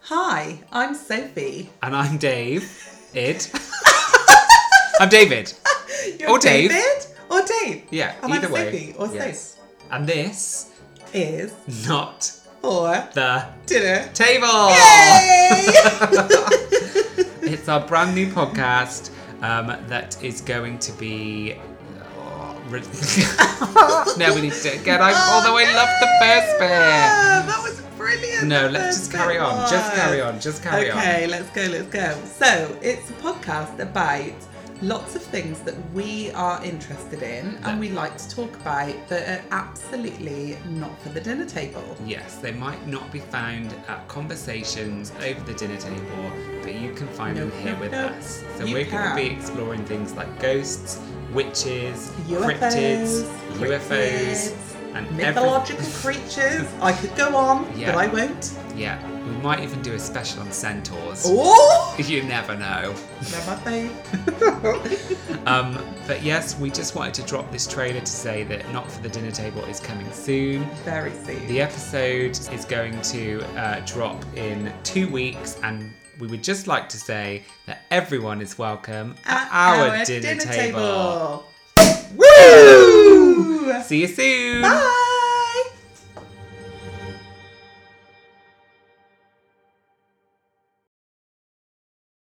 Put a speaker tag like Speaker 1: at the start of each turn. Speaker 1: Hi, I'm Sophie.
Speaker 2: And I'm Dave. It. I'm David.
Speaker 1: You're
Speaker 2: Or Dave.
Speaker 1: David or Dave.
Speaker 2: Yeah,
Speaker 1: And
Speaker 2: either
Speaker 1: I'm
Speaker 2: way.
Speaker 1: Sophie or
Speaker 2: Yes. And this,
Speaker 1: Soph is
Speaker 2: not
Speaker 1: for
Speaker 2: the
Speaker 1: dinner.
Speaker 2: table.
Speaker 1: Yay!
Speaker 2: It's our brand new podcast um, that is going to be. oh, re- no, we need to get out. Although I love the first bit.
Speaker 1: Yeah, that was brilliant.
Speaker 2: No,
Speaker 1: the
Speaker 2: let's
Speaker 1: first
Speaker 2: just carry
Speaker 1: bit
Speaker 2: on. Just
Speaker 1: was.
Speaker 2: carry on. Just carry on.
Speaker 1: Okay, let's go, let's go. So, it's a podcast about lots of things that we are interested in and we like to talk about that are absolutely not for the dinner table.
Speaker 2: Yes, they might not be found at conversations over the dinner table, but you can find
Speaker 1: Nope,
Speaker 2: them here
Speaker 1: nope,
Speaker 2: with
Speaker 1: nope.
Speaker 2: us. So
Speaker 1: You
Speaker 2: we're going
Speaker 1: can.
Speaker 2: to be exploring things like ghosts, witches,
Speaker 1: UFOs,
Speaker 2: cryptids, UFOs, and
Speaker 1: mythological creatures. I could go on,
Speaker 2: Yeah.
Speaker 1: but I won't.
Speaker 2: Every- yeah, we might even do a special on centaurs.
Speaker 1: Oh,
Speaker 2: You never know.
Speaker 1: they're my fave.
Speaker 2: Um, but yes, we just wanted to drop this trailer to say that Not for the Dinner Table is coming soon.
Speaker 1: Very soon.
Speaker 2: The episode is going to uh, drop in two weeks, and we would just like to say that everyone is welcome at, our, dinner, table.
Speaker 1: Woo!
Speaker 2: See you soon.
Speaker 1: Bye.